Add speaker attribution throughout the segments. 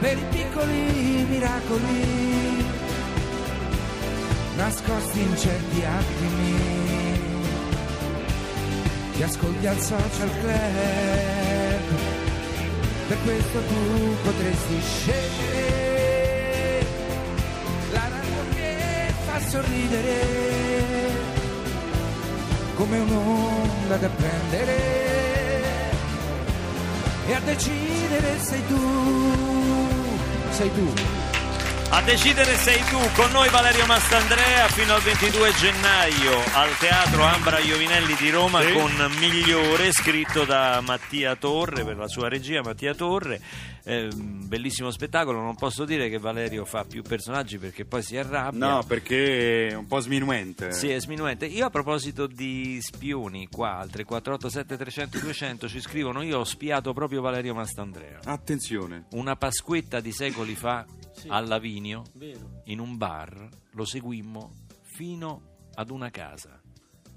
Speaker 1: per i piccoli miracoli nascosti in certi attimi. Ti ascolti al social club, per questo tu potresti scegliere la radio che fa sorridere come un'onda da prendere. E a decidere sei tu, sei tu.
Speaker 2: A decidere sei tu, con noi Valerio Mastandrea fino al 22 gennaio al Teatro Ambra Iovinelli di Roma
Speaker 3: Sì.
Speaker 2: con Migliore, scritto da Mattia Torre per la sua regia Mattia Torre. Eh, bellissimo spettacolo, non posso dire che Valerio fa più personaggi perché poi si arrabbia.
Speaker 3: No, perché è un po' sminuente.
Speaker 2: Sì, è sminuente. Io a proposito di spioni, qua al 348 300 200 ci scrivono io ho spiato proprio Valerio Mastandrea.
Speaker 3: Attenzione.
Speaker 2: Una pasquetta di secoli fa
Speaker 4: Sì.
Speaker 2: a Lavinio
Speaker 4: Vero.
Speaker 2: in un bar lo seguimmo fino ad una casa.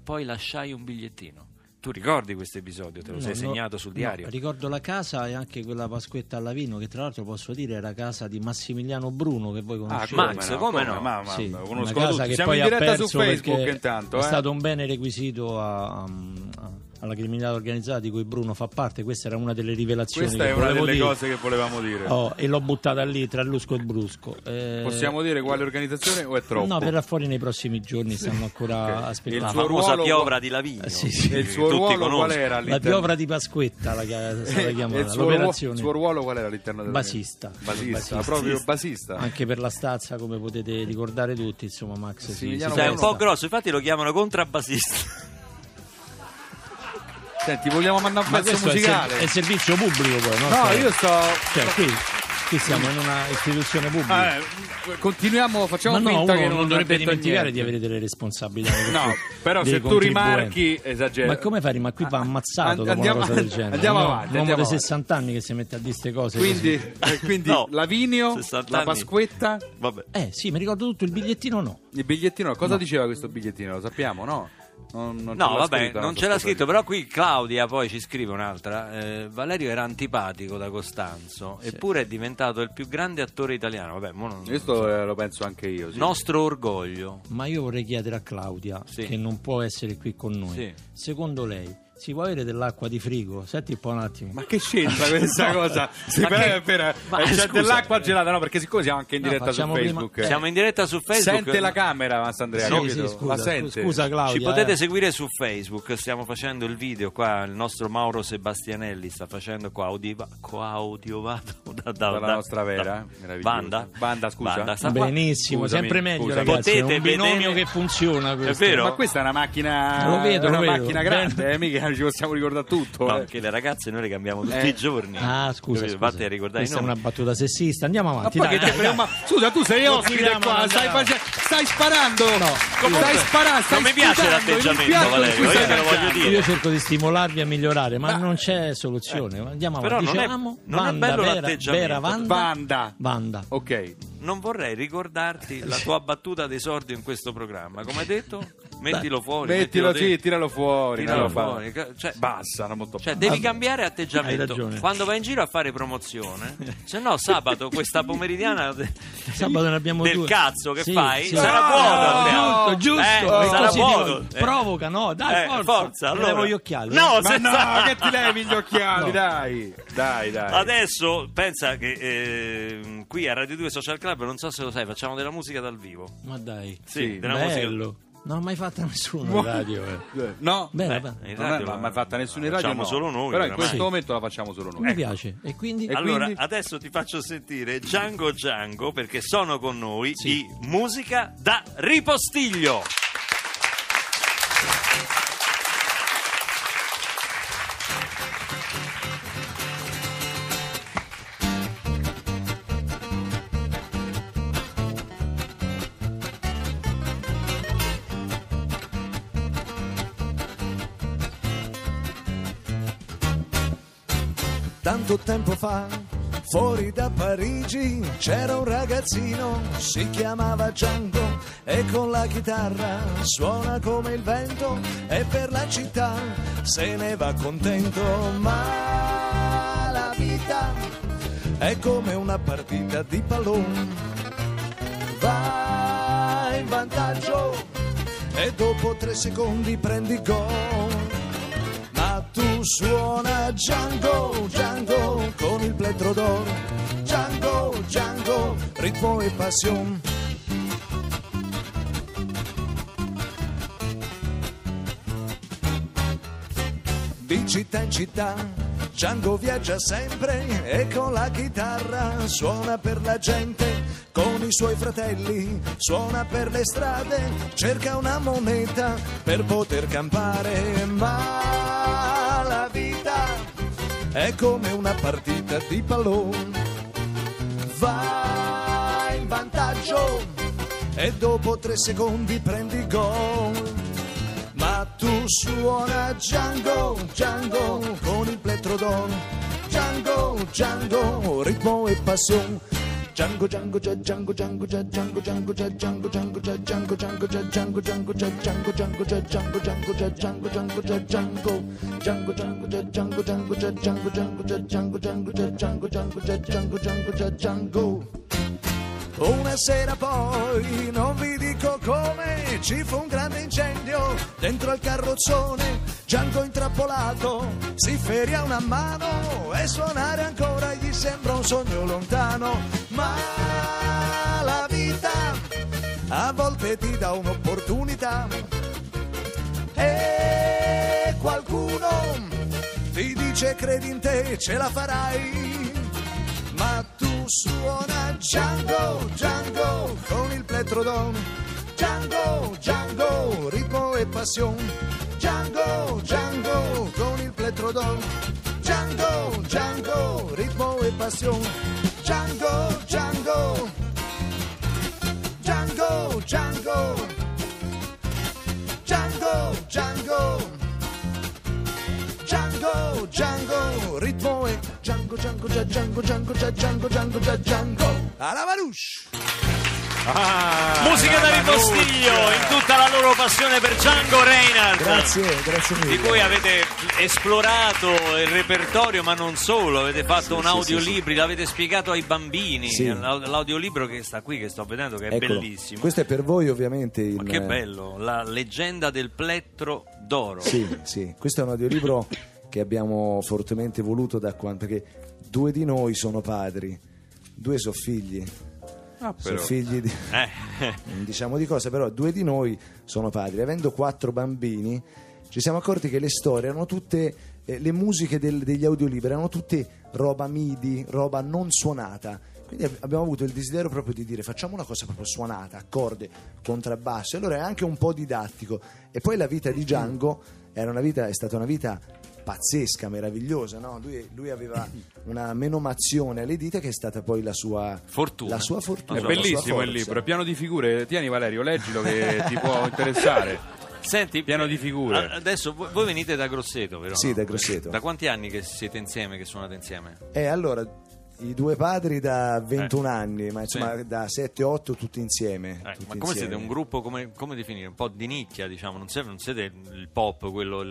Speaker 2: Poi lasciai un bigliettino. Tu ricordi questo episodio? Te lo sei
Speaker 4: No, no,
Speaker 2: segnato sul
Speaker 4: no,
Speaker 2: diario?
Speaker 4: ricordo la casa e anche quella pasquetta alla vino che tra l'altro posso dire era casa di Massimiliano Bruno che voi conoscete.
Speaker 2: come Max, come no?
Speaker 3: Ah, Ma, ma,
Speaker 4: Sì,
Speaker 3: lo
Speaker 4: una
Speaker 3: conoscono
Speaker 4: casa
Speaker 3: tutti.
Speaker 4: che
Speaker 3: Siamo
Speaker 4: poi
Speaker 3: in
Speaker 4: ha
Speaker 3: diretta su
Speaker 4: perso perché
Speaker 3: Facebook intanto.
Speaker 4: È
Speaker 3: eh.
Speaker 4: stato un bene requisito a- a- alla criminalità organizzata di cui Bruno fa parte. Questa era una delle rivelazioni.
Speaker 3: Questa
Speaker 4: che
Speaker 3: è una
Speaker 4: volevo
Speaker 3: delle
Speaker 4: dire.
Speaker 3: cose che volevamo dire.
Speaker 4: Oh, e l'ho buttata lì tra Lusco e Brusco. Eh,
Speaker 3: Possiamo dire quale organizzazione o è troppo?
Speaker 4: No, verrà fuori nei prossimi giorni, stanno ancora
Speaker 2: La
Speaker 3: il
Speaker 4: aspettando.
Speaker 3: suo
Speaker 2: famosa
Speaker 3: ruolo-
Speaker 2: piovra di Lavinio.
Speaker 4: Eh, sì, sì.
Speaker 3: E il suo
Speaker 2: Tutti
Speaker 3: ruolo
Speaker 2: conoscono.
Speaker 3: qual era
Speaker 4: La
Speaker 3: all'interno?
Speaker 4: piovra di Pasquetta la che è stata
Speaker 3: E
Speaker 4: chiamata
Speaker 3: il suo
Speaker 4: l'operazione.
Speaker 3: ruolo- il suo ruolo qual era all'interno della
Speaker 4: Basista.
Speaker 3: Basista,
Speaker 4: Basista.
Speaker 3: proprio basista.
Speaker 4: Anche per la stazza, come potete ricordare tutti, insomma, Max. si-
Speaker 3: Massimiliano
Speaker 4: si
Speaker 2: Cioè, è un
Speaker 4: presta.
Speaker 2: po' grosso, infatti lo chiamano contrabbasista.
Speaker 3: Senti, vogliamo mandare un
Speaker 4: Ma
Speaker 3: pezzo
Speaker 4: questo è, ser-
Speaker 3: musicale?
Speaker 4: è servizio pubblico poi, no?
Speaker 3: No,
Speaker 4: Cioè-
Speaker 3: io sto
Speaker 4: cioè, qui, qui siamo in una istituzione pubblica.
Speaker 3: Ah, eh, continuiamo, facciamo
Speaker 4: Ma no,
Speaker 3: finta
Speaker 4: uno
Speaker 3: che
Speaker 4: non,
Speaker 3: non,
Speaker 4: dovrebbe
Speaker 3: ha detto
Speaker 4: dimenticare di
Speaker 3: niente.
Speaker 4: avere delle responsabilità. nei
Speaker 3: No,
Speaker 4: confronti
Speaker 3: però
Speaker 4: dei
Speaker 3: se tu
Speaker 4: contribuenti.
Speaker 3: rimarchi, esageri.
Speaker 4: Ma come fare? Ma qui va ammazzato dopo
Speaker 3: andiamo-
Speaker 4: una cosa del genere.
Speaker 3: andiamo
Speaker 4: no?
Speaker 3: avanti,
Speaker 4: Un uomo
Speaker 3: andiamo
Speaker 4: di
Speaker 3: avanti.
Speaker 4: 60 anni che si mette a dire queste cose.
Speaker 3: Quindi,
Speaker 4: così.
Speaker 3: eh, quindi
Speaker 2: No.
Speaker 3: Lavinio,
Speaker 2: 60
Speaker 3: la
Speaker 2: anni.
Speaker 3: Pasquetta,
Speaker 2: Vabbè.
Speaker 4: Eh sì, mi ricordo tutto, il bigliettino no.
Speaker 3: il bigliettino. Cosa diceva questo bigliettino? Lo sappiamo, no? Non- non
Speaker 2: No,
Speaker 3: ce l'ha
Speaker 2: vabbè,
Speaker 3: scritto,
Speaker 2: non
Speaker 3: so
Speaker 2: ce l'ha
Speaker 3: cosa
Speaker 2: scritto, però qui Claudia poi ci scrive un'altra. eh, Valerio era antipatico da Costanzo, eppure è diventato il più grande attore italiano. Vabbè, mo non-
Speaker 3: dire. Questo eh, lo penso anche io. sì.
Speaker 2: nostro orgoglio.
Speaker 4: Ma io vorrei chiedere a Claudia,
Speaker 2: Sì.
Speaker 4: che non può essere qui con noi,
Speaker 2: Sì.
Speaker 4: secondo lei si può avere dell'acqua di frigo? Senti un po' un attimo.
Speaker 3: Ma che c'entra questa cosa? Sì,
Speaker 2: Ma
Speaker 3: però
Speaker 2: che-
Speaker 3: è vera.
Speaker 2: ma
Speaker 3: Eh, c'è
Speaker 2: scusa.
Speaker 3: dell'acqua gelata, no? Perché siccome siamo anche in
Speaker 4: No,
Speaker 3: diretta su
Speaker 4: facciamo prima-
Speaker 3: Facebook, eh,
Speaker 2: Siamo in diretta su Facebook.
Speaker 3: sente la camera, Massandrea.
Speaker 4: Sì,
Speaker 3: capito?
Speaker 4: sì, scusa,
Speaker 3: la sente.
Speaker 4: scusa Claudia.
Speaker 2: Ci potete
Speaker 4: eh.
Speaker 2: seguire su Facebook, stiamo facendo il video qua, il nostro Mauro Sebastianelli sta facendo coaudiva, coaudiovato da, da-
Speaker 3: Dalla
Speaker 2: da-
Speaker 3: nostra vera, meravigliosa.
Speaker 2: Banda.
Speaker 3: Banda, scusa.
Speaker 2: sta qua.
Speaker 4: Benissimo,
Speaker 3: Scusami,
Speaker 4: sempre meglio
Speaker 3: scusami.
Speaker 4: ragazzi, è
Speaker 2: Potete
Speaker 4: un binomio
Speaker 2: vedere-
Speaker 4: che funziona questo.
Speaker 2: vero.
Speaker 3: Ma questa è una macchina,
Speaker 4: Lo vedo,
Speaker 3: è una
Speaker 4: lo vedo.
Speaker 3: macchina grande, eh, mica ci possiamo ricordare tutto.
Speaker 2: No,
Speaker 3: eh.
Speaker 2: perché le ragazze noi le cambiamo tutti
Speaker 3: Eh.
Speaker 2: i giorni.
Speaker 4: Ah, scusa,
Speaker 2: Capito?
Speaker 4: scusa.
Speaker 2: Vattene a ricordare i
Speaker 4: Questa è
Speaker 2: nomi.
Speaker 4: una battuta sessista. Andiamo
Speaker 3: Ma
Speaker 4: avanti,
Speaker 3: poi
Speaker 4: dai,
Speaker 3: che te
Speaker 4: dai,
Speaker 3: frega,
Speaker 4: dai.
Speaker 3: ma- scusa, tu sei ospite
Speaker 4: chiudiamo,
Speaker 3: qua,
Speaker 4: non
Speaker 3: stai,
Speaker 4: andiamo.
Speaker 3: face- stai sparando. stai sparando, stai
Speaker 2: non mi piace
Speaker 3: sputando
Speaker 2: l'atteggiamento,
Speaker 3: il piatto in cui
Speaker 2: Valerio,
Speaker 3: stai
Speaker 2: io te lo voglio
Speaker 3: mangiando.
Speaker 2: dire.
Speaker 4: Io cerco di stimolarvi a migliorare, ma, non c'è soluzione. Andiamo
Speaker 2: Eh, Però
Speaker 4: avanti.
Speaker 2: non è-
Speaker 4: Dicevamo,
Speaker 2: non è
Speaker 4: Wanda,
Speaker 2: bello
Speaker 4: Vera,
Speaker 2: l'atteggiamento.
Speaker 4: Vera, Wanda,
Speaker 3: Banda.
Speaker 4: Wanda.
Speaker 3: Ok.
Speaker 2: Non vorrei ricordarti la tua battuta d'esordio in questo programma. Come hai detto, mettilo fuori.
Speaker 3: Mettilo
Speaker 2: dentro.
Speaker 3: sì, tiralo fuori.
Speaker 2: Tiralo
Speaker 3: no, ba-
Speaker 2: fuori, ca- cioè-
Speaker 3: basta, non molto
Speaker 2: Cioè,
Speaker 3: basta.
Speaker 2: devi cambiare atteggiamento.
Speaker 4: Hai ragione.
Speaker 2: Quando vai in giro a fare promozione, se no sabato questa pomeridiana
Speaker 3: Eh.
Speaker 2: de-
Speaker 4: Sabato ne abbiamo
Speaker 2: del
Speaker 4: due.
Speaker 2: cazzo che
Speaker 4: Sì,
Speaker 2: fai
Speaker 4: sì. Ah,
Speaker 2: sarà
Speaker 3: No,
Speaker 2: buono.
Speaker 3: no,
Speaker 2: Andrea.
Speaker 4: giusto, giusto.
Speaker 2: Eh,
Speaker 4: è
Speaker 2: sarà
Speaker 4: così
Speaker 2: buono.
Speaker 4: dico,
Speaker 2: Eh.
Speaker 4: Provoca, no, dai,
Speaker 2: Eh,
Speaker 4: forza.
Speaker 2: forza,
Speaker 4: Mi
Speaker 2: allora.
Speaker 4: levo gli occhiali.
Speaker 2: No,
Speaker 3: Ma
Speaker 2: se-
Speaker 3: no, che ti levi gli occhiali,
Speaker 4: No.
Speaker 3: dai. Dai, dai.
Speaker 2: Adesso pensa che eh, qui a Radio 2 Social Club, non so se lo sai, facciamo della musica dal vivo.
Speaker 4: Ma dai,
Speaker 2: Sì,
Speaker 3: Sì,
Speaker 2: della musica.
Speaker 4: bello. Non ho mai fatta nessuno in radio. eh.
Speaker 3: No.
Speaker 4: Bella,
Speaker 2: Beh,
Speaker 4: bella.
Speaker 2: in
Speaker 3: Non
Speaker 2: radio
Speaker 3: l'ha mai fatta nessuno in radio,
Speaker 2: Facciamo
Speaker 3: no.
Speaker 2: solo noi.
Speaker 3: Però in
Speaker 2: oramai.
Speaker 3: questo momento la facciamo solo
Speaker 4: Mi
Speaker 3: noi.
Speaker 2: Ecco.
Speaker 4: piace. E quindi...
Speaker 3: E-
Speaker 2: Allora,
Speaker 3: quindi?
Speaker 2: adesso ti faccio sentire Django Django perché sono con noi i Musica da Ripostiglio.
Speaker 5: Tanto tempo fa, fuori da Parigi, c'era un ragazzino, si chiamava Django e con la chitarra suona come il vento e per la città se ne va contento, ma la vita è come una partita di pallone. Va in vantaggio e dopo tre secondi prendi gol. Ma tu suona Django, Django con il plettro d'oro. Django, Django, ritmo e passion. di città in città. Django viaggia sempre e con la chitarra suona per la gente, con i suoi fratelli suona per le strade, cerca una moneta per poter campare, ma la vita è come una partita di pallone va in vantaggio e dopo tre secondi prendi gol. Ma tu suona Django, Django con il plettro d'oro. Django, Django, ritmo e passion. Django, Django, già, Django, Django, già, Django, Django, già, Django, Django, già, Django, Django, già, Django, Django, già, Django, Django, già, Django, Django, già, Django, Django, già, Django, Django, Django, già, Django, Django, già, Django, Django, già, Django, Django, già, Django, Django, già, Django, Django, già, Django. Una sera poi, non vi dico come, ci fu un grande incendio dentro al carrozzone. Django intrappolato si ferì a una mano e suonare ancora gli sembra un sogno lontano. Ma la vita a volte ti dà un'opportunità e qualcuno ti dice credi in te, ce la farai ma tu suona Django, Django con il plettrodon. Django, Django, ritmo e passion. Django, Django con il plettrodon. Django, Django, ritmo e passion. Django, Django. Django, Django. Django, Django. Django, Django, ritmo e Django, Django, già Django, Django, già Django, Django, già Django. Alla Manouche!
Speaker 2: Musica da ripostiglio in tutta la loro passione per Django Reinhardt.
Speaker 5: grazie
Speaker 2: Di cui avete esplorato il repertorio, ma non solo, avete fatto un audiolibro, l'avete spiegato ai bambini.
Speaker 5: Sì.
Speaker 2: L'au- L'audiolibro che sta qui, che sto vedendo, che è
Speaker 5: Eccolo.
Speaker 2: bellissimo.
Speaker 5: Questo è per voi ovviamente il...
Speaker 2: Ma che bello, la leggenda del plettro d'oro.
Speaker 5: Sì, sì, questo è un audiolibro che abbiamo fortemente voluto da quanto che due di noi sono padri, due sono figli,
Speaker 3: Ah,
Speaker 5: sono
Speaker 3: però.
Speaker 5: figli di...
Speaker 2: Eh.
Speaker 5: non diciamo di cosa, però due di noi sono padri. Avendo quattro bambini, ci siamo accorti che le storie erano tutte, eh, le musiche del- degli audiolibri erano tutte roba midi, roba non suonata. Quindi ab- abbiamo avuto il desiderio proprio di dire facciamo una cosa proprio suonata, accorde, contrabbasso. E allora è anche un po' didattico. E poi la vita di Django era una vita, è stata una vita pazzesca, meravigliosa. no? Lui, lui aveva una menomazione alle dita che è stata poi la sua
Speaker 2: Fortuna.
Speaker 5: La sua fortuna.
Speaker 3: È
Speaker 5: la sua
Speaker 3: bellissimo il
Speaker 5: forza.
Speaker 3: libro, è pieno di figure. Tieni Valerio, leggilo che ti può interessare.
Speaker 2: Senti, eh,
Speaker 3: Piano di figure.
Speaker 2: a- Adesso voi voi venite da Grosseto, però.
Speaker 5: Sì,
Speaker 2: no?
Speaker 5: da Grosseto.
Speaker 2: Da quanti anni che siete insieme, che suonate insieme?
Speaker 5: E Eh, allora, i due padri da 21 anni, ma insomma
Speaker 2: Eh, Sì.
Speaker 5: da 7-8 tutti insieme.
Speaker 2: Eh,
Speaker 5: tutti
Speaker 2: ma come siete
Speaker 5: insieme.
Speaker 2: un gruppo, come, come definire? Un po' di nicchia, diciamo, non siete, non siete il pop, quello il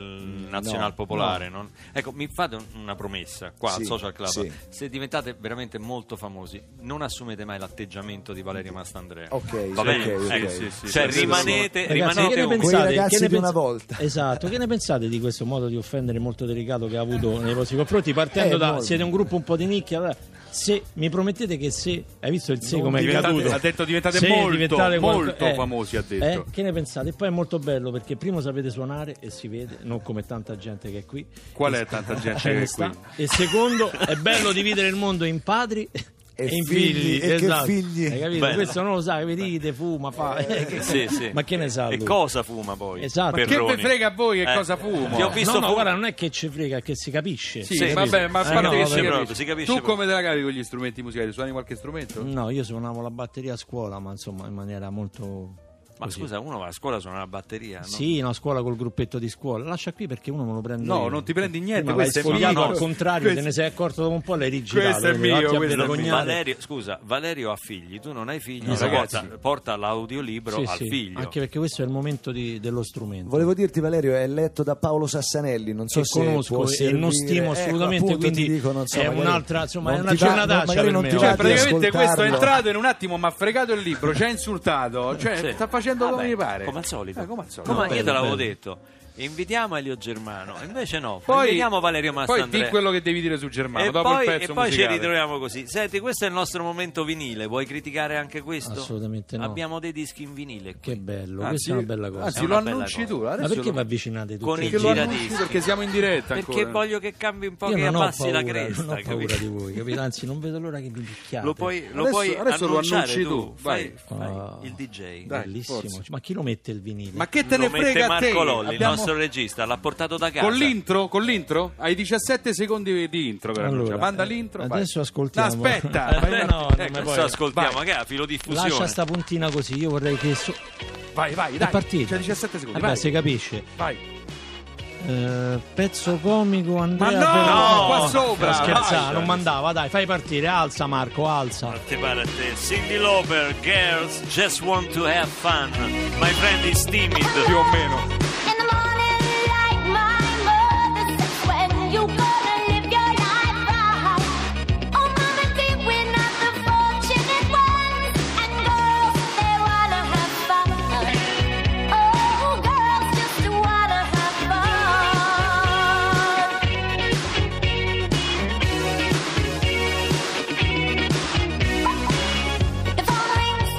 Speaker 2: nazional popolare. non- Ecco, mi fate un- una promessa qua
Speaker 5: Sì,
Speaker 2: al Social Club.
Speaker 5: sì.
Speaker 2: Se diventate veramente molto famosi, non assumete mai l'atteggiamento di Valerio Mastandrea.
Speaker 5: Ok,
Speaker 2: Va
Speaker 5: sì,
Speaker 2: bene?
Speaker 5: ok,
Speaker 2: Eh,
Speaker 5: ok.
Speaker 2: sì, sì,
Speaker 5: Sì,
Speaker 2: Cioè,
Speaker 5: sì,
Speaker 2: rimanete,
Speaker 5: sì.
Speaker 4: Ragazzi,
Speaker 2: rimanete
Speaker 4: che ne
Speaker 2: un-
Speaker 5: pensi- Quei ragazzi
Speaker 4: ne
Speaker 5: di una
Speaker 4: pens-
Speaker 5: volta.
Speaker 4: Esatto, che ne pensate di questo modo di offendere molto delicato che ha avuto nei vostri confronti? Partendo
Speaker 5: Eh,
Speaker 4: da
Speaker 5: molto.
Speaker 4: siete un gruppo un po' di nicchia, allora se mi promettete che se hai visto il se come è
Speaker 3: diventate-
Speaker 4: caduto,
Speaker 3: ha detto diventate
Speaker 4: Se
Speaker 3: molto,
Speaker 4: qualco-
Speaker 3: molto famosi, ha detto.
Speaker 4: eh, che ne pensate? E poi è molto bello perché primo sapete suonare e si vede, non come tanta gente che è qui.
Speaker 3: Qual
Speaker 4: E-
Speaker 3: è tanta gente
Speaker 4: ce ne
Speaker 3: che è
Speaker 4: sta.
Speaker 3: qui?
Speaker 4: E secondo, è bello dividere il mondo in padri. E, in figli,
Speaker 5: figli, e che
Speaker 4: esatto.
Speaker 5: figli.
Speaker 4: Hai capito?
Speaker 2: Bello. Eh,
Speaker 4: Questo non lo sa, ride, fuma, fa. che-
Speaker 2: Sì, sì.
Speaker 4: Ma che ne sa?
Speaker 2: E
Speaker 4: lui?
Speaker 2: cosa fuma poi?
Speaker 4: Esatto.
Speaker 3: Ma che
Speaker 2: Perroni?
Speaker 3: ve frega a voi che
Speaker 2: Eh,
Speaker 3: cosa fumo?
Speaker 2: Ti ho visto
Speaker 4: no, no,
Speaker 2: fu-
Speaker 4: guarda, non è che ci frega, è che si capisce.
Speaker 3: Sì,
Speaker 2: Sì,
Speaker 3: vabbè, ma a parte
Speaker 4: sì. Eh, no,
Speaker 3: che
Speaker 4: vabbè.
Speaker 3: si,
Speaker 4: Si
Speaker 3: capisce.
Speaker 2: proprio, si capisce
Speaker 3: Tu
Speaker 2: proprio. Mm.
Speaker 3: come te la cavi con gli strumenti musicali? Suoni qualche strumento?
Speaker 4: No, io suonavo la batteria a scuola, ma insomma in maniera molto
Speaker 2: Ma
Speaker 4: Così.
Speaker 2: scusa, uno va a scuola suona la batteria, no?
Speaker 4: Sì, no, a scuola col gruppetto di scuola. Lascia qui perché uno me lo prende.
Speaker 3: No,
Speaker 4: io.
Speaker 3: non ti prendi niente,
Speaker 4: Prima
Speaker 3: questo
Speaker 4: l'hai
Speaker 3: è mio,
Speaker 4: sfogliato
Speaker 3: no.
Speaker 4: al contrario,
Speaker 3: Questo-
Speaker 4: te ne sei accorto dopo un po', l'hai rigirato.
Speaker 3: Questo è
Speaker 4: quindi,
Speaker 3: mio,
Speaker 4: "Ah, ti ha
Speaker 3: questo è mio."
Speaker 4: vergognato.
Speaker 2: Valerio, scusa, Valerio ha figli, tu non hai figli,
Speaker 4: No,
Speaker 2: porta,
Speaker 3: ragazzi.
Speaker 2: porta l'audiolibro
Speaker 4: Sì,
Speaker 2: al
Speaker 4: sì,
Speaker 2: figlio.
Speaker 4: Anche perché questo è il momento di- dello strumento.
Speaker 5: Volevo dirti Valerio, è letto da Paolo Sassanelli, non so
Speaker 4: Che
Speaker 5: se
Speaker 4: conosco
Speaker 5: può
Speaker 4: e
Speaker 5: servire.
Speaker 4: non stimo
Speaker 5: Ecco,
Speaker 4: assolutamente,
Speaker 5: appunto,
Speaker 4: quindi
Speaker 5: ti dico, non so,
Speaker 4: è
Speaker 5: magari
Speaker 4: un'altà, insomma,
Speaker 5: non
Speaker 4: è una
Speaker 5: ti va-
Speaker 4: giornataccia
Speaker 5: magari
Speaker 4: per
Speaker 5: non
Speaker 4: me,
Speaker 5: ti
Speaker 4: guarda.
Speaker 5: va
Speaker 3: Cioè,
Speaker 5: di
Speaker 3: praticamente questo è
Speaker 5: ascoltarlo.
Speaker 3: entrato in un attimo, mi ha fregato il libro, ci ha insultato. Cioè,
Speaker 2: Sì.
Speaker 3: sta facendo come
Speaker 2: Vabbè,
Speaker 3: mi pare.
Speaker 2: Come al solito.
Speaker 3: Eh, come al solito.
Speaker 2: Come- io te
Speaker 4: bello,
Speaker 2: l'avevo
Speaker 4: bello.
Speaker 2: detto. Invitiamo Elio Germano, invece no. invitiamo Valerio
Speaker 3: Poi di
Speaker 2: Mastandrea.
Speaker 3: quello che devi dire su Germano,
Speaker 2: e
Speaker 3: dopo
Speaker 2: poi,
Speaker 3: il pezzo
Speaker 2: e poi ci
Speaker 3: musicale. Eh,
Speaker 2: ritroviamo così. Senti, questo è il nostro momento vinile. Vuoi criticare anche questo?
Speaker 4: Assolutamente no.
Speaker 2: Abbiamo dei dischi in vinile.
Speaker 4: Che bello,
Speaker 3: Anzi,
Speaker 4: questa è una bella cosa.
Speaker 2: È
Speaker 3: Ah, Anzi,
Speaker 2: una
Speaker 3: lo
Speaker 2: bella
Speaker 3: annunci
Speaker 2: cosa.
Speaker 3: tu.
Speaker 4: Ah, Ma
Speaker 3: Adesso
Speaker 4: perché
Speaker 3: lo-
Speaker 4: vi avvicinate tutti?
Speaker 2: Con i
Speaker 4: e
Speaker 3: Perché lo
Speaker 4: due?
Speaker 2: giradischi.
Speaker 3: annunci perché siamo in diretta
Speaker 2: Perché
Speaker 3: ancora.
Speaker 2: voglio che cambi un po',
Speaker 4: Io
Speaker 2: che
Speaker 4: non ho
Speaker 2: abbassi
Speaker 4: paura,
Speaker 2: la cresta.
Speaker 4: non ho paura
Speaker 2: capito?
Speaker 4: di voi, capito? Anzi, non vedo l'ora che vi picchiate.
Speaker 2: Lo puoi, lo
Speaker 3: Adesso-
Speaker 2: puoi
Speaker 3: adesso lo
Speaker 2: annunciare
Speaker 3: annunci tu,
Speaker 2: Fai,
Speaker 4: vai.
Speaker 2: fai
Speaker 4: Ah.
Speaker 2: il DJ.
Speaker 3: Dai,
Speaker 4: Bellissimo.
Speaker 3: forza.
Speaker 4: Ma chi lo mette il vinile?
Speaker 3: Ma che te ne
Speaker 2: lo mette
Speaker 3: frega a te?
Speaker 2: Marco Lolli, il
Speaker 3: Abbiamo-
Speaker 2: nostro regista, l'ha portato da casa.
Speaker 3: Con l'intro? Con l'intro? Hai 17 secondi di intro per
Speaker 4: Allora,
Speaker 3: annunciare. Manda
Speaker 4: eh,
Speaker 3: l'intro. vai.
Speaker 4: adesso ascoltiamo.
Speaker 3: No, aspetta.
Speaker 4: Eh,
Speaker 3: fai
Speaker 4: beh,
Speaker 3: una-
Speaker 4: no, non
Speaker 3: ecco,
Speaker 4: mi
Speaker 2: Adesso
Speaker 4: puoi-
Speaker 2: ascoltiamo,
Speaker 3: Vai.
Speaker 2: che è la filodiffusione.
Speaker 4: Lascia sta puntina così, io vorrei che so-
Speaker 3: Vai, vai, dai.
Speaker 4: è partito.
Speaker 3: C'è 17 secondi.
Speaker 4: Vabbè,
Speaker 3: vai.
Speaker 4: si capisce.
Speaker 3: Vai.
Speaker 4: Eh, pezzo comico
Speaker 3: Ma
Speaker 4: Andrea
Speaker 3: no,
Speaker 4: Bertone.
Speaker 3: qua sopra.
Speaker 4: No,
Speaker 3: vai.
Speaker 4: scherzavo, non mandava, dai, fai partire, alza Marco, alza.
Speaker 2: Parte pare a te. Cindy Lauper, Girls Just Want to Have Fun. My friend is timid.
Speaker 3: Più o meno.
Speaker 6: In the morning, like my mother says, when you gonna live your life right? Oh, mama, dear, we're not the fortunate ones, and girls they wanna have fun. Oh, girls just wanna have fun. The phone rings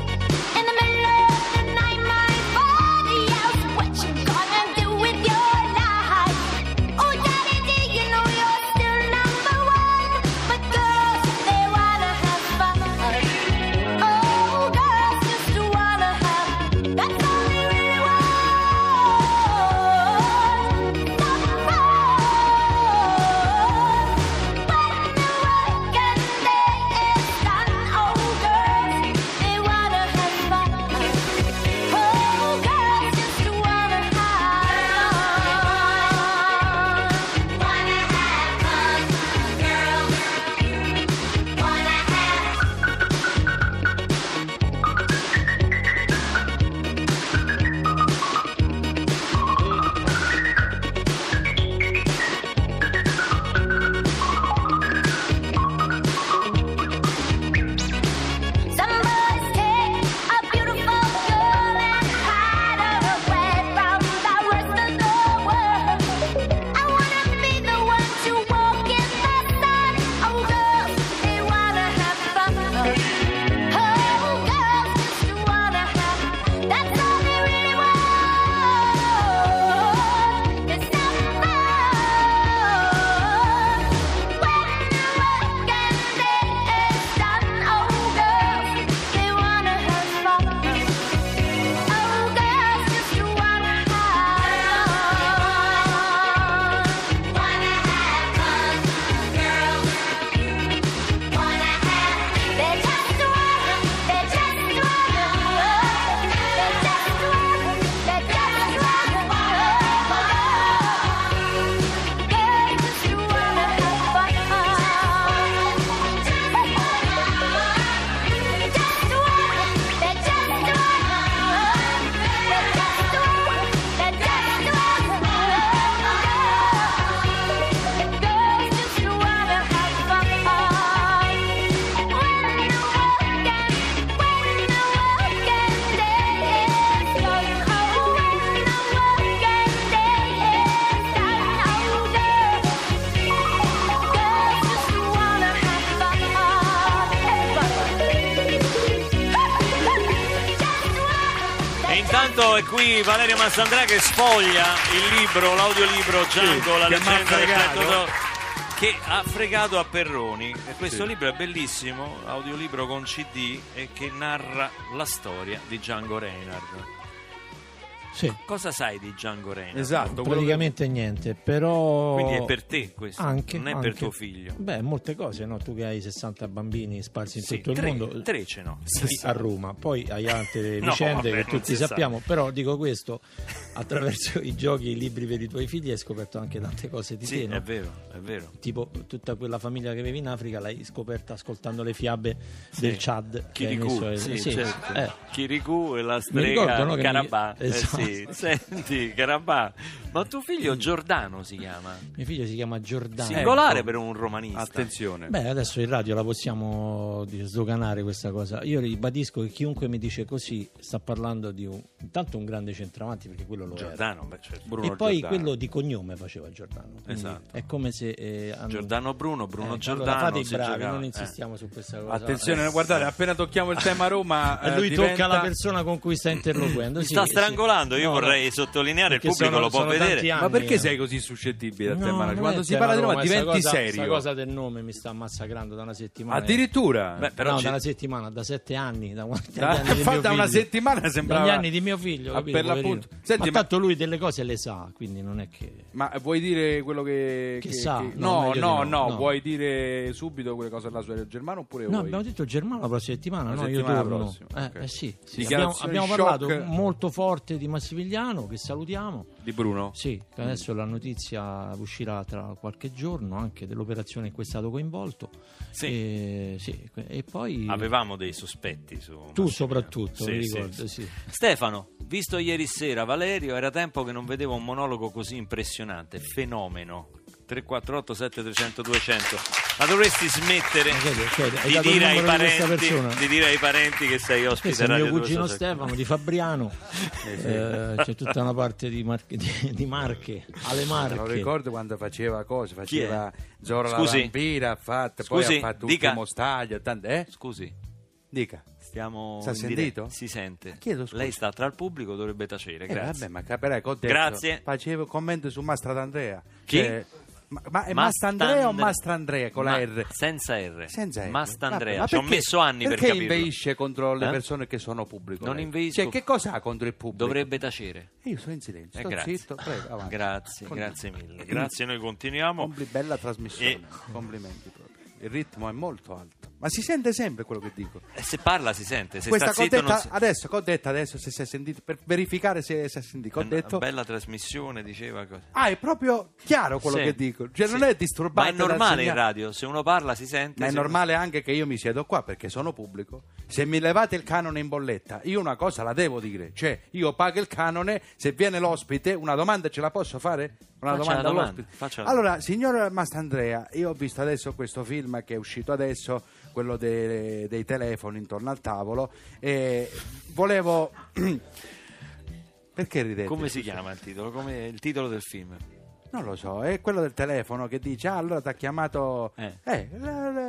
Speaker 6: in the middle of the night. My body asks, "What you gonna do with your life?" Oh, daddy, do you know you're still number one? But girls, they wanna have fun. Oh, girls just wanna have. That's all they really want. Some fun. When the work and day is done, oh girls, they wanna have fun. Oh girls, just wanna have fun. Wanna have fun, girls. Wanna have Some boys take a beautiful girl and hide her away from the rest of the world. I wanna be the one to walk in the sun. Oh girls, they wanna have fun. Oh girls, just wanna have. That's all they really want. It's some fun. When the work and day is done, oh girls, they wanna have fun. Oh girls, just wanna have fun. Wanna have fun, girls. Wanna have. They just wanna. They just wanna. They just wanna. They just wanna.
Speaker 2: E intanto è qui Valerio Massandrea che sfoglia il libro, l'audiolibro Django, la
Speaker 3: che m'ha
Speaker 2: leggenda del
Speaker 3: fregato.
Speaker 2: Petto che ha fregato a Perroni. E questo libro è bellissimo, audiolibro con CD e che narra la storia di Django Reinhardt.
Speaker 4: Sì.
Speaker 2: Cosa sai di Django Reinhardt?
Speaker 3: Esatto, quello che-
Speaker 4: Praticamente niente, però.
Speaker 2: Quindi è per te questo,
Speaker 4: Anche,
Speaker 2: non è per
Speaker 4: anche.
Speaker 2: tuo figlio.
Speaker 4: Beh, molte cose, no? Tu che hai 60 bambini sparsi in
Speaker 2: Sì,
Speaker 4: tutto
Speaker 2: tre,
Speaker 4: il mondo.
Speaker 2: tre ce n'ho.
Speaker 4: Sì, a Roma, poi hai altre
Speaker 2: No,
Speaker 4: vicende
Speaker 2: vabbè,
Speaker 4: che
Speaker 2: non
Speaker 4: tutti
Speaker 2: si sa.
Speaker 4: sappiamo, però dico questo, attraverso i giochi, i libri per i tuoi figli hai scoperto anche tante cose di
Speaker 2: Sì,
Speaker 4: te, no?
Speaker 2: è vero, è vero.
Speaker 4: tipo tutta quella famiglia che avevi in Africa l'hai scoperta ascoltando le fiabe del Chad. che è mia
Speaker 2: Kirikou,
Speaker 4: sorella.
Speaker 2: sì,
Speaker 4: Sì,
Speaker 2: certo.
Speaker 4: eh.
Speaker 2: Kirikou e la
Speaker 4: ricordo,
Speaker 2: strega
Speaker 4: no, che mi-
Speaker 2: Carabà. Eh,
Speaker 4: Esatto.
Speaker 2: sì. Senti, Carabà, ma tuo figlio Giordano si chiama?
Speaker 4: Mio figlio si chiama Giordano.
Speaker 2: Singolare per un romanista.
Speaker 3: Attenzione.
Speaker 4: Beh, adesso in radio la possiamo dire, sdoganare questa cosa. Io ribadisco che chiunque mi dice così sta parlando di un, intanto un grande centravanti perché quello lo era.
Speaker 2: Giordano, beh, certo.
Speaker 3: Bruno
Speaker 4: E poi
Speaker 3: Giordano.
Speaker 4: quello di cognome faceva Giordano. Quindi
Speaker 2: Esatto.
Speaker 4: È come se eh, hanno-
Speaker 2: Giordano Bruno, Bruno
Speaker 4: Eh,
Speaker 2: Giordano.
Speaker 4: Allora fate i
Speaker 2: si
Speaker 4: bravi,
Speaker 2: giocava-
Speaker 4: non
Speaker 2: eh.
Speaker 4: insistiamo su questa cosa.
Speaker 3: Attenzione,
Speaker 4: Eh,
Speaker 3: guardate, appena tocchiamo il tema Roma,
Speaker 4: E
Speaker 3: eh,
Speaker 4: lui
Speaker 3: diventa-
Speaker 4: tocca la persona con cui sta interloquendo.
Speaker 2: Mi
Speaker 4: sì,
Speaker 2: sta
Speaker 4: sì.
Speaker 2: strangolando, io
Speaker 4: No,
Speaker 2: vorrei
Speaker 4: no.
Speaker 2: sottolineare, il
Speaker 4: Perché
Speaker 2: pubblico
Speaker 4: sono-
Speaker 2: lo può
Speaker 4: sono tanti
Speaker 2: vedere.
Speaker 4: anni,
Speaker 3: Ma perché
Speaker 4: eh.
Speaker 3: sei così suscettibile al
Speaker 4: No,
Speaker 3: tema?
Speaker 4: non
Speaker 3: Quando
Speaker 4: è
Speaker 3: si parla di
Speaker 4: tema
Speaker 3: Roma
Speaker 4: sta
Speaker 3: diventi
Speaker 4: cosa, Questa
Speaker 3: serio.
Speaker 4: cosa del nome mi sta massacrando da una settimana.
Speaker 3: Addirittura.
Speaker 2: Beh, però
Speaker 4: no,
Speaker 2: ci-
Speaker 4: da una settimana, da sette anni, da quanti
Speaker 3: Da-
Speaker 4: anni di
Speaker 3: fa-
Speaker 4: mio
Speaker 3: da una
Speaker 4: figlio.
Speaker 3: settimana sembrava-
Speaker 4: Dagli anni di mio figlio,
Speaker 3: Ah,
Speaker 4: capito,
Speaker 3: per
Speaker 4: poverino.
Speaker 3: l'appunto. Senti,
Speaker 4: ma
Speaker 3: ma-
Speaker 4: tanto lui delle cose le sa, quindi non è che...
Speaker 3: Ma vuoi dire quello che,
Speaker 4: Che sa, no,
Speaker 3: No,
Speaker 4: meglio di
Speaker 3: no, no,
Speaker 4: no, no.
Speaker 3: vuoi dire subito quelle cose alla suora Germano oppure
Speaker 4: No,
Speaker 3: vuoi?
Speaker 4: abbiamo detto il Germano la prossima settimana,
Speaker 3: La
Speaker 4: no,
Speaker 3: settimana
Speaker 4: io torno.
Speaker 3: prossima,
Speaker 4: Eh,
Speaker 3: ok.
Speaker 4: eh sì, sì. Abbiamo,
Speaker 3: Dichiarazioni
Speaker 4: abbiamo
Speaker 3: shock.
Speaker 4: parlato molto forte di Massimiliano, che salutiamo.
Speaker 3: di Bruno?
Speaker 4: Sì, che adesso
Speaker 3: Mm.
Speaker 4: la notizia uscirà tra qualche giorno anche dell'operazione in cui è stato coinvolto.
Speaker 2: Sì.
Speaker 4: E, sì, e poi...
Speaker 2: Avevamo dei sospetti su
Speaker 4: Tu
Speaker 2: Massimiliano.
Speaker 4: soprattutto,
Speaker 2: Sì,
Speaker 4: mi
Speaker 2: sì,
Speaker 4: ricordo,
Speaker 2: sì.
Speaker 4: sì.
Speaker 2: Stefano, visto ieri sera Valerio, era tempo che non vedevo un monologo così impressionante, fenomeno. 348 7300 200 Ma dovresti smettere
Speaker 4: Ma vedi, ok, hai
Speaker 3: cioè,
Speaker 2: di,
Speaker 4: dato il
Speaker 2: dire ai
Speaker 4: numero di questa
Speaker 2: parenti,
Speaker 4: persona.
Speaker 2: di dire ai parenti che sei ospite
Speaker 4: Questo è
Speaker 2: a
Speaker 4: mio
Speaker 2: Radio
Speaker 4: cugino
Speaker 2: 2 Social.
Speaker 4: Stefano di Fabriano, Eh, c'è tutta una parte di, Mar- di- di Marche, alle
Speaker 3: Non
Speaker 4: Marche.
Speaker 3: ricordo quando faceva cose,
Speaker 2: Chi è?
Speaker 3: faceva Zora la
Speaker 2: Scusi?
Speaker 3: vampira, ha fatto, poi
Speaker 2: Scusi,
Speaker 3: ha fatto
Speaker 2: dica.
Speaker 3: Ultimo Staglio, tante, eh?
Speaker 2: Scusi,
Speaker 3: Dica.
Speaker 2: stiamo
Speaker 3: S'ha
Speaker 2: in
Speaker 3: sentito?
Speaker 2: diretta. Si sente.
Speaker 3: Chiedo scusa.
Speaker 2: Lei sta tra il pubblico, dovrebbe tacere.
Speaker 3: Eh,
Speaker 2: Grazie.
Speaker 3: vabbè, ma capirai che ho detto.
Speaker 2: Grazie.
Speaker 3: Facevo commento su Mastandrea.
Speaker 2: Chi?
Speaker 3: ma, ma
Speaker 2: Mastandre-
Speaker 3: è Mastandrea o Mastandrea con la
Speaker 2: Ma-
Speaker 3: R?
Speaker 2: Senza R.
Speaker 3: Senza R.
Speaker 2: Mastandrea.
Speaker 3: Vabbè, ma
Speaker 2: Ci ho
Speaker 3: perché-
Speaker 2: messo anni per
Speaker 3: perché
Speaker 2: capirlo.
Speaker 3: inveisce contro le
Speaker 2: Eh?
Speaker 3: persone che sono pubblico?
Speaker 2: Non
Speaker 3: lei?
Speaker 2: inveisco.
Speaker 3: Cioè, che cosa ha contro il pubblico?
Speaker 2: Dovrebbe tacere.
Speaker 3: E io sono in silenzio.
Speaker 2: Eh,
Speaker 3: sto
Speaker 2: grazie.
Speaker 3: zitto, prego, avanti.
Speaker 2: grazie,
Speaker 3: Continua.
Speaker 2: grazie mille. Grazie, noi continuiamo.
Speaker 3: Compli- bella trasmissione. eh,
Speaker 2: E-
Speaker 3: Complimenti proprio. Il ritmo è molto alto. Ma si sente sempre quello che dico.
Speaker 2: Eh, Se parla si sente, se
Speaker 3: Questa
Speaker 2: sta
Speaker 3: cosa
Speaker 2: zitto non
Speaker 3: detta
Speaker 2: si...
Speaker 3: adesso, che ho detto adesso se si è sentito per verificare se si è sentito. Ho
Speaker 2: Una
Speaker 3: detto
Speaker 2: bella trasmissione, diceva cosa.
Speaker 3: Ah, è proprio chiaro quello
Speaker 2: Sì,
Speaker 3: che dico. Cioè,
Speaker 2: sì.
Speaker 3: non è disturbante.
Speaker 2: Ma è normale in
Speaker 3: dal segnale.
Speaker 2: radio, se uno parla si sente.
Speaker 3: Ma è
Speaker 2: se-
Speaker 3: normale anche che io mi siedo qua perché sono pubblico. Se mi levate il canone in bolletta, io una cosa la devo dire. Cioè, io pago il canone, se viene l'ospite, una domanda ce la posso fare? Una
Speaker 2: Faccia la domanda, faccia la
Speaker 3: all'ospite. Allora, signora Mastandrea, io ho visto adesso questo film che è uscito adesso, quello de- dei telefoni intorno al tavolo, e volevo... Perché ridete?
Speaker 2: Come si chiama il titolo? Come il titolo del film?
Speaker 3: Non lo so, è quello del telefono che dice: Ah, allora ti ha chiamato.
Speaker 2: Eh.
Speaker 3: Eh, la- la-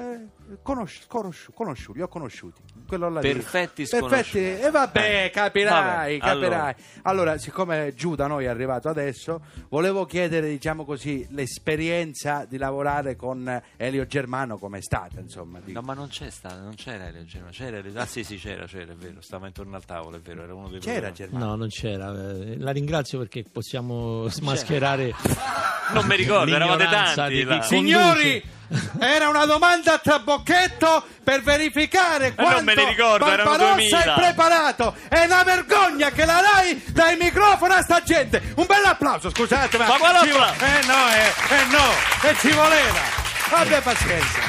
Speaker 3: conosci- conosci- conosciuti, li ho conosciuti. Quello là
Speaker 2: Perfetti
Speaker 3: di- Perfetti,
Speaker 2: sconosciuti.
Speaker 3: e vabbè,
Speaker 2: Eh.
Speaker 3: capirai,
Speaker 2: Vabbè,
Speaker 3: capirai. Allora. siccome giù da noi è arrivato adesso, volevo chiedere, diciamo così, l'esperienza di lavorare con Elio Germano com'è stata, insomma. dico.
Speaker 2: No, ma non c'è sta, non c'era Elio Germano, c'era Elio- Ah sì, sì, c'era, c'era, è vero, stava intorno al tavolo, è vero, era uno dei
Speaker 3: C'era
Speaker 2: programmi.
Speaker 3: Germano?
Speaker 4: No, non c'era. eh, La ringrazio perché possiamo smascherare.
Speaker 2: Non mi ricordo, eravate
Speaker 4: l'ignoranza
Speaker 2: tanti
Speaker 4: di
Speaker 2: là.
Speaker 4: chi-
Speaker 3: Signori, era una domanda a trabocchetto per verificare quanto
Speaker 2: Eh, me ne ricordo, erano
Speaker 3: Barbarossa
Speaker 2: 2000.
Speaker 3: è preparato. È una vergogna che la Rai dà il microfono a sta gente. Un bel applauso, scusate,
Speaker 2: Ma quale
Speaker 3: ci vo-
Speaker 2: applauso?
Speaker 3: Eh no, eh, eh no, e ci voleva. Abbia pazienza.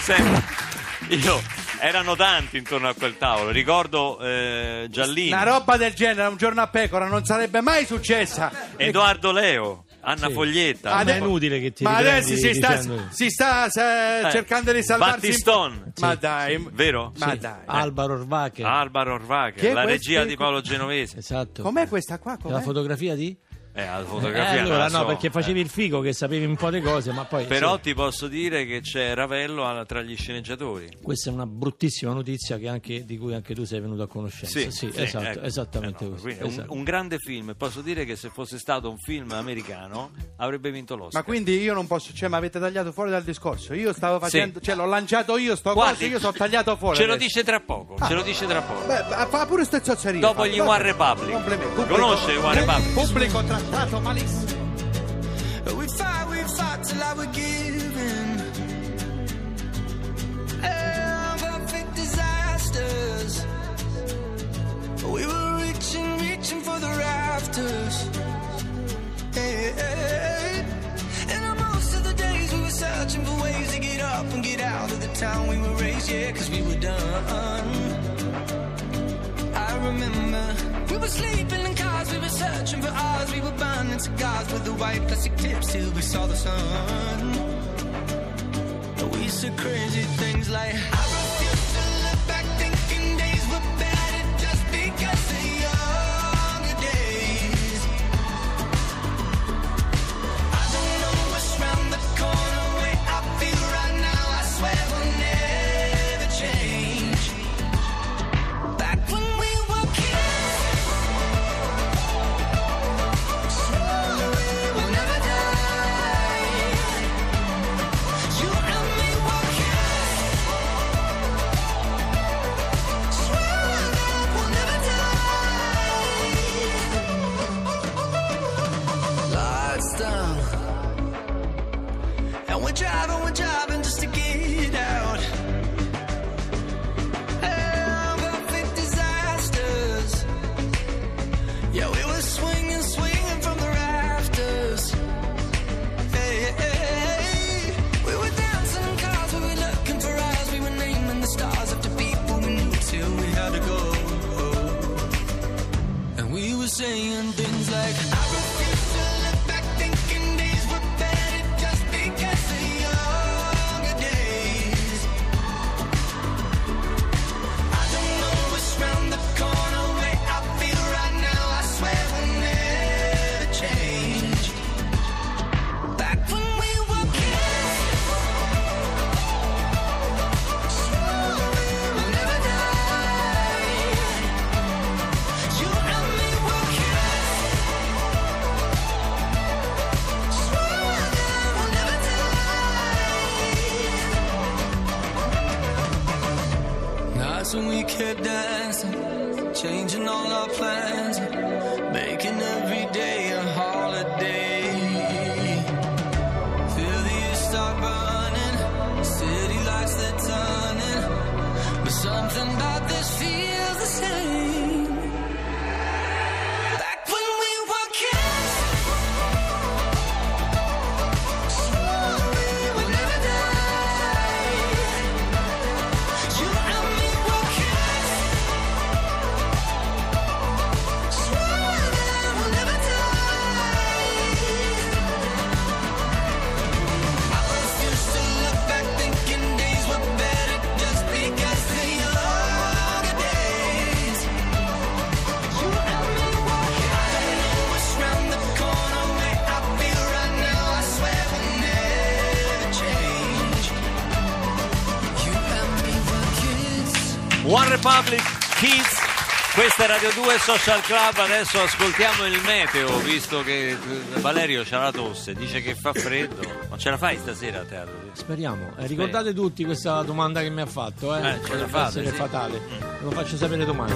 Speaker 2: Senti, io, erano tanti intorno a quel tavolo, ricordo eh, Giallini,
Speaker 3: Una roba del genere, un giorno a pecora, non sarebbe mai successa.
Speaker 2: Edoardo Leo, Anna
Speaker 4: Sì.
Speaker 2: Foglietta,
Speaker 3: Ah,
Speaker 4: Ade- Ma è inutile che ti
Speaker 3: Ma
Speaker 4: riprendi
Speaker 3: adesso si sta,
Speaker 4: dicendo-
Speaker 3: si sta, eh,
Speaker 2: Eh,
Speaker 3: cercando di salvarsi.
Speaker 2: Battistone.
Speaker 3: Ma
Speaker 4: Sì,
Speaker 3: dai,
Speaker 2: vero?
Speaker 3: Ma
Speaker 4: Sì,
Speaker 3: dai.
Speaker 4: Alvaro Orvacher.
Speaker 2: Alvaro
Speaker 3: Chi
Speaker 2: Orvacher,
Speaker 3: è
Speaker 2: la
Speaker 3: questo?
Speaker 2: regia di Paolo Genovese.
Speaker 4: esatto.
Speaker 3: Com'è questa qua?
Speaker 4: E La
Speaker 3: Com'è?
Speaker 4: fotografia di?
Speaker 2: Eh, la
Speaker 4: Eh,
Speaker 2: fotografia non
Speaker 4: allora
Speaker 2: la so.
Speaker 4: no, perché facevi il figo che sapevi un po' di cose, ma poi...
Speaker 2: Però
Speaker 4: sì,
Speaker 2: ti posso dire che c'è Ravello alla- tra gli sceneggiatori.
Speaker 4: questa è una bruttissima notizia che anche- di cui anche tu sei venuto a conoscenza. Sì, esatto,
Speaker 2: ecco.
Speaker 4: esattamente
Speaker 2: Eh, no,
Speaker 4: così.
Speaker 2: quindi è un-
Speaker 4: esatto.
Speaker 2: un, grande film. Posso dire che se fosse stato un film americano avrebbe vinto l'Oscar.
Speaker 3: Ma quindi io non posso, cioè, mi avete tagliato fuori dal discorso. Io stavo facendo,
Speaker 2: Sì.
Speaker 3: cioè, l'ho lanciato io sto
Speaker 2: Guardi,
Speaker 3: coso, io sono tagliato fuori.
Speaker 2: Ce lo
Speaker 3: adesso.
Speaker 2: dice tra poco, ce lo dice tra poco.
Speaker 3: Beh, beh, fa pure ste zozzerie.
Speaker 2: Dopo
Speaker 3: fa.
Speaker 2: gli
Speaker 3: Vabbè,
Speaker 2: One Republic.
Speaker 3: complimenti.
Speaker 2: Conosce One Republic?
Speaker 3: Pubblico trattato malissimo.
Speaker 1: We fought, we fought till I was given. Perfect disasters. We were reaching, reaching for the rafters. Hey, hey, hey. And on most of the days we were searching for ways to get up and get out of the town we were raised, yeah, cause we were done. I remember we were sleeping in cars, we were searching for ours, we were burning cigars with the white plastic tips till we saw the sun. We said crazy things like I refuse to look back, thinking days were better just because of younger days. I don't know what's round the corner, way I feel right now, I swear will never change. Back when we were kids, swore we would never die. You and me were kids, swore that we'll never die. Lights down, and we're driving, we're driving just to get out. Perfect disasters. Yeah, we were swinging, swinging from the rafters. Hey, hey, hey. We were dancing in cars, we were looking for eyes, we were naming the stars after people we knew till we had to go. And we were saying things like, I refuse to look back, thinking days were better just because of younger days. I don't know what's round the corner way I feel right now. I swear we'll never change. Back when we were kids, swore we would never die. You and me were kids, swore that we'll never die. Nights when we kept dancing, changing all our plans, making every day a holiday. Feel the years start burning, city lights they're turning, but something about this feels the same. Back when we were kids, swore we would never die. You and me were kids. Swore that we'll never die. I refuse to look back, thinking days were better just because they are days. You and me were kids. I know what's round the corner, way I feel right now. I swear we'll never change. You and me were kids.
Speaker 2: One Republic Kids. Questa è Radio 2 Social Club, adesso ascoltiamo il meteo, visto che eh, Valerio c'ha la tosse, dice che fa freddo. Ma ce la fai stasera a teatro?
Speaker 4: Speriamo. Eh, ricordate tutti questa domanda che mi ha fatto, eh?
Speaker 2: Eh, ce la
Speaker 4: Potrebbe
Speaker 2: fate,
Speaker 4: essere
Speaker 2: sì. Mm.
Speaker 4: fatale. Ve Lo faccio sapere domani.